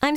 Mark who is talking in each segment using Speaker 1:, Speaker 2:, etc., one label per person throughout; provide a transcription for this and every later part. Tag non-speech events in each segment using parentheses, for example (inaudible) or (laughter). Speaker 1: I'm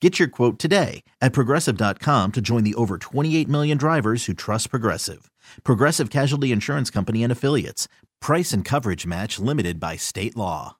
Speaker 2: Get your quote today at progressive.com to join the over 28 million drivers who trust Progressive. Progressive Casualty Insurance Company and Affiliates. Price and coverage match limited by state law.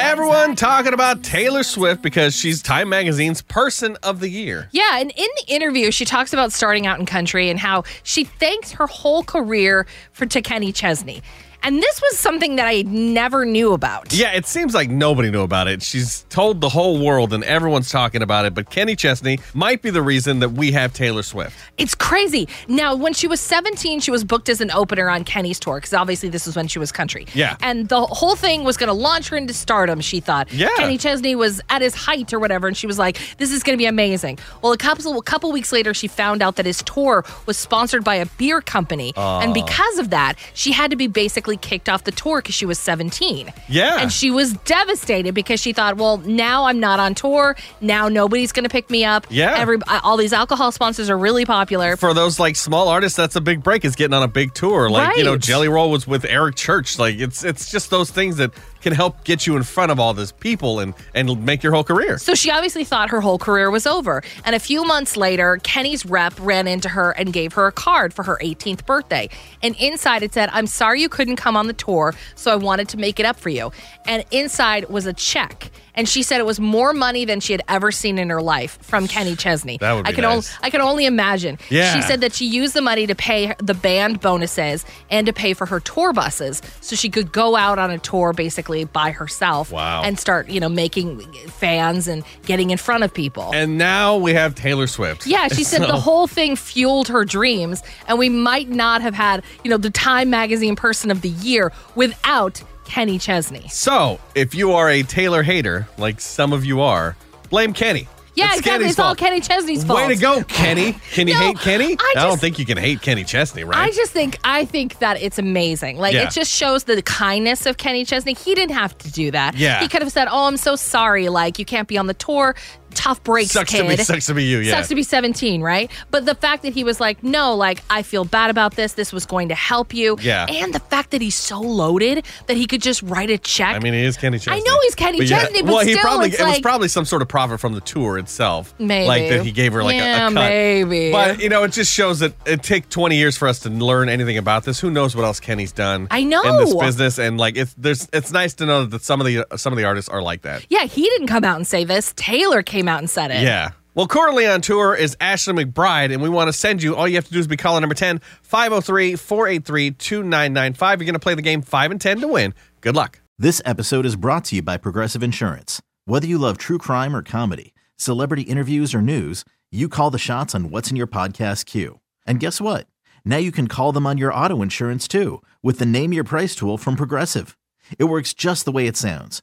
Speaker 3: Everyone talking about Taylor Swift because she's Time Magazine's Person of the Year.
Speaker 4: Yeah, and in the interview, she talks about starting out in country and how she thanks her whole career for to Kenny Chesney. And this was something that I never knew about.
Speaker 3: Yeah, it seems like nobody knew about it. She's told the whole world and everyone's talking about it, but Kenny Chesney might be the reason that we have Taylor Swift.
Speaker 4: It's crazy. Now, when she was 17, she was booked as an opener on Kenny's tour because obviously this was when she was country.
Speaker 3: Yeah.
Speaker 4: And the whole thing was going to launch her into stardom, she thought.
Speaker 3: Yeah.
Speaker 4: Kenny Chesney was at his height or whatever, and she was like, this is going to be amazing. Well, a couple, a couple weeks later, she found out that his tour was sponsored by a beer company. And because of that, she had to be basically kicked off the tour because she was 17.
Speaker 3: Yeah.
Speaker 4: And she was devastated because she thought, well, now I'm not on tour. Now nobody's going to pick me up.
Speaker 3: Yeah.
Speaker 4: Every, all these alcohol sponsors are really popular.
Speaker 3: For those like small artists, that's a big break is getting on a big tour. Like, you know,
Speaker 4: Right.
Speaker 3: Jelly Roll was with Eric Church. Like it's it's just those things that can help get you in front of all these people and and make your whole career.
Speaker 4: So she obviously thought her whole career was over. And a few months later, Kenny's rep ran into her and gave her a card for her 18th birthday. And inside it said, I'm sorry you couldn't come on the tour, so I wanted to make it up for you. And inside was a check. And she said it was more money than she had ever seen in her life from Kenny Chesney.
Speaker 3: That would be
Speaker 4: I can
Speaker 3: nice.
Speaker 4: only I can only imagine.
Speaker 3: Yeah.
Speaker 4: She said that she used the money to pay the band bonuses and to pay for her tour buses so she could go out on a tour basically by herself
Speaker 3: Wow.
Speaker 4: and start, you know, making fans and getting in front of people.
Speaker 3: And now we have Taylor Swift.
Speaker 4: yeah,
Speaker 3: (laughs)
Speaker 4: she said the whole thing fueled her dreams, and we might not have had, you know, the Time Magazine Person of the Year without Kenny Chesney.
Speaker 3: So, if you are a Taylor hater, like some of you are, blame Kenny.
Speaker 4: Yeah, exactly.
Speaker 3: Kenny's
Speaker 4: It's all
Speaker 3: fault.
Speaker 4: Kenny Chesney's fault.
Speaker 3: Way to go, Kenny. Can you
Speaker 4: No,
Speaker 3: hate Kenny?
Speaker 4: I
Speaker 3: don't
Speaker 4: just-
Speaker 3: think you can hate Kenny Chesney, right?
Speaker 4: I just think I think that it's amazing. Like
Speaker 3: Yeah.
Speaker 4: it just shows the kindness of Kenny Chesney. He didn't have to do that.
Speaker 3: Yeah.
Speaker 4: He could have said, "Oh, I'm so sorry. Like you can't be on the tour. Tough breaks,
Speaker 3: sucks
Speaker 4: kid.
Speaker 3: to be sucks to be you. Yeah.
Speaker 4: Sucks to be 17, right? But the fact that he was like, no, like, I feel bad about this. This was going to help you.
Speaker 3: Yeah.
Speaker 4: And the fact that he's so loaded that he could just write a check.
Speaker 3: I mean, he is Kenny Chesney.
Speaker 4: I know he's Kenny Chesney, but
Speaker 3: well, he
Speaker 4: still,
Speaker 3: probably
Speaker 4: it's
Speaker 3: it was
Speaker 4: like-
Speaker 3: probably some sort of profit from the tour itself,
Speaker 4: Maybe.
Speaker 3: like that he gave her like a- a,
Speaker 4: Yeah,
Speaker 3: cut.
Speaker 4: maybe.
Speaker 3: But you know, it just shows that it take twenty years for us to learn anything about this. Who knows what else Kenny's done?
Speaker 4: I
Speaker 3: in this
Speaker 4: know.
Speaker 3: business, and like it's there's it's nice to know that some of the some of the artists are like that.
Speaker 4: yeah, he didn't come out and say this. Taylor came out and said it.
Speaker 3: Yeah. Well, currently on tour is Ashley McBride, and we want to send you. All you have to do is be calling number 10 503 483 2995. You're going to play the game 5 and 10 to win. Good luck.
Speaker 2: This episode is brought to you by Progressive Insurance. Whether you love true crime or comedy, celebrity interviews or news, you call the shots on what's in your podcast queue. And guess what? Now you can call them on your auto insurance too with the Name Your Price tool from Progressive. It works just the way it sounds.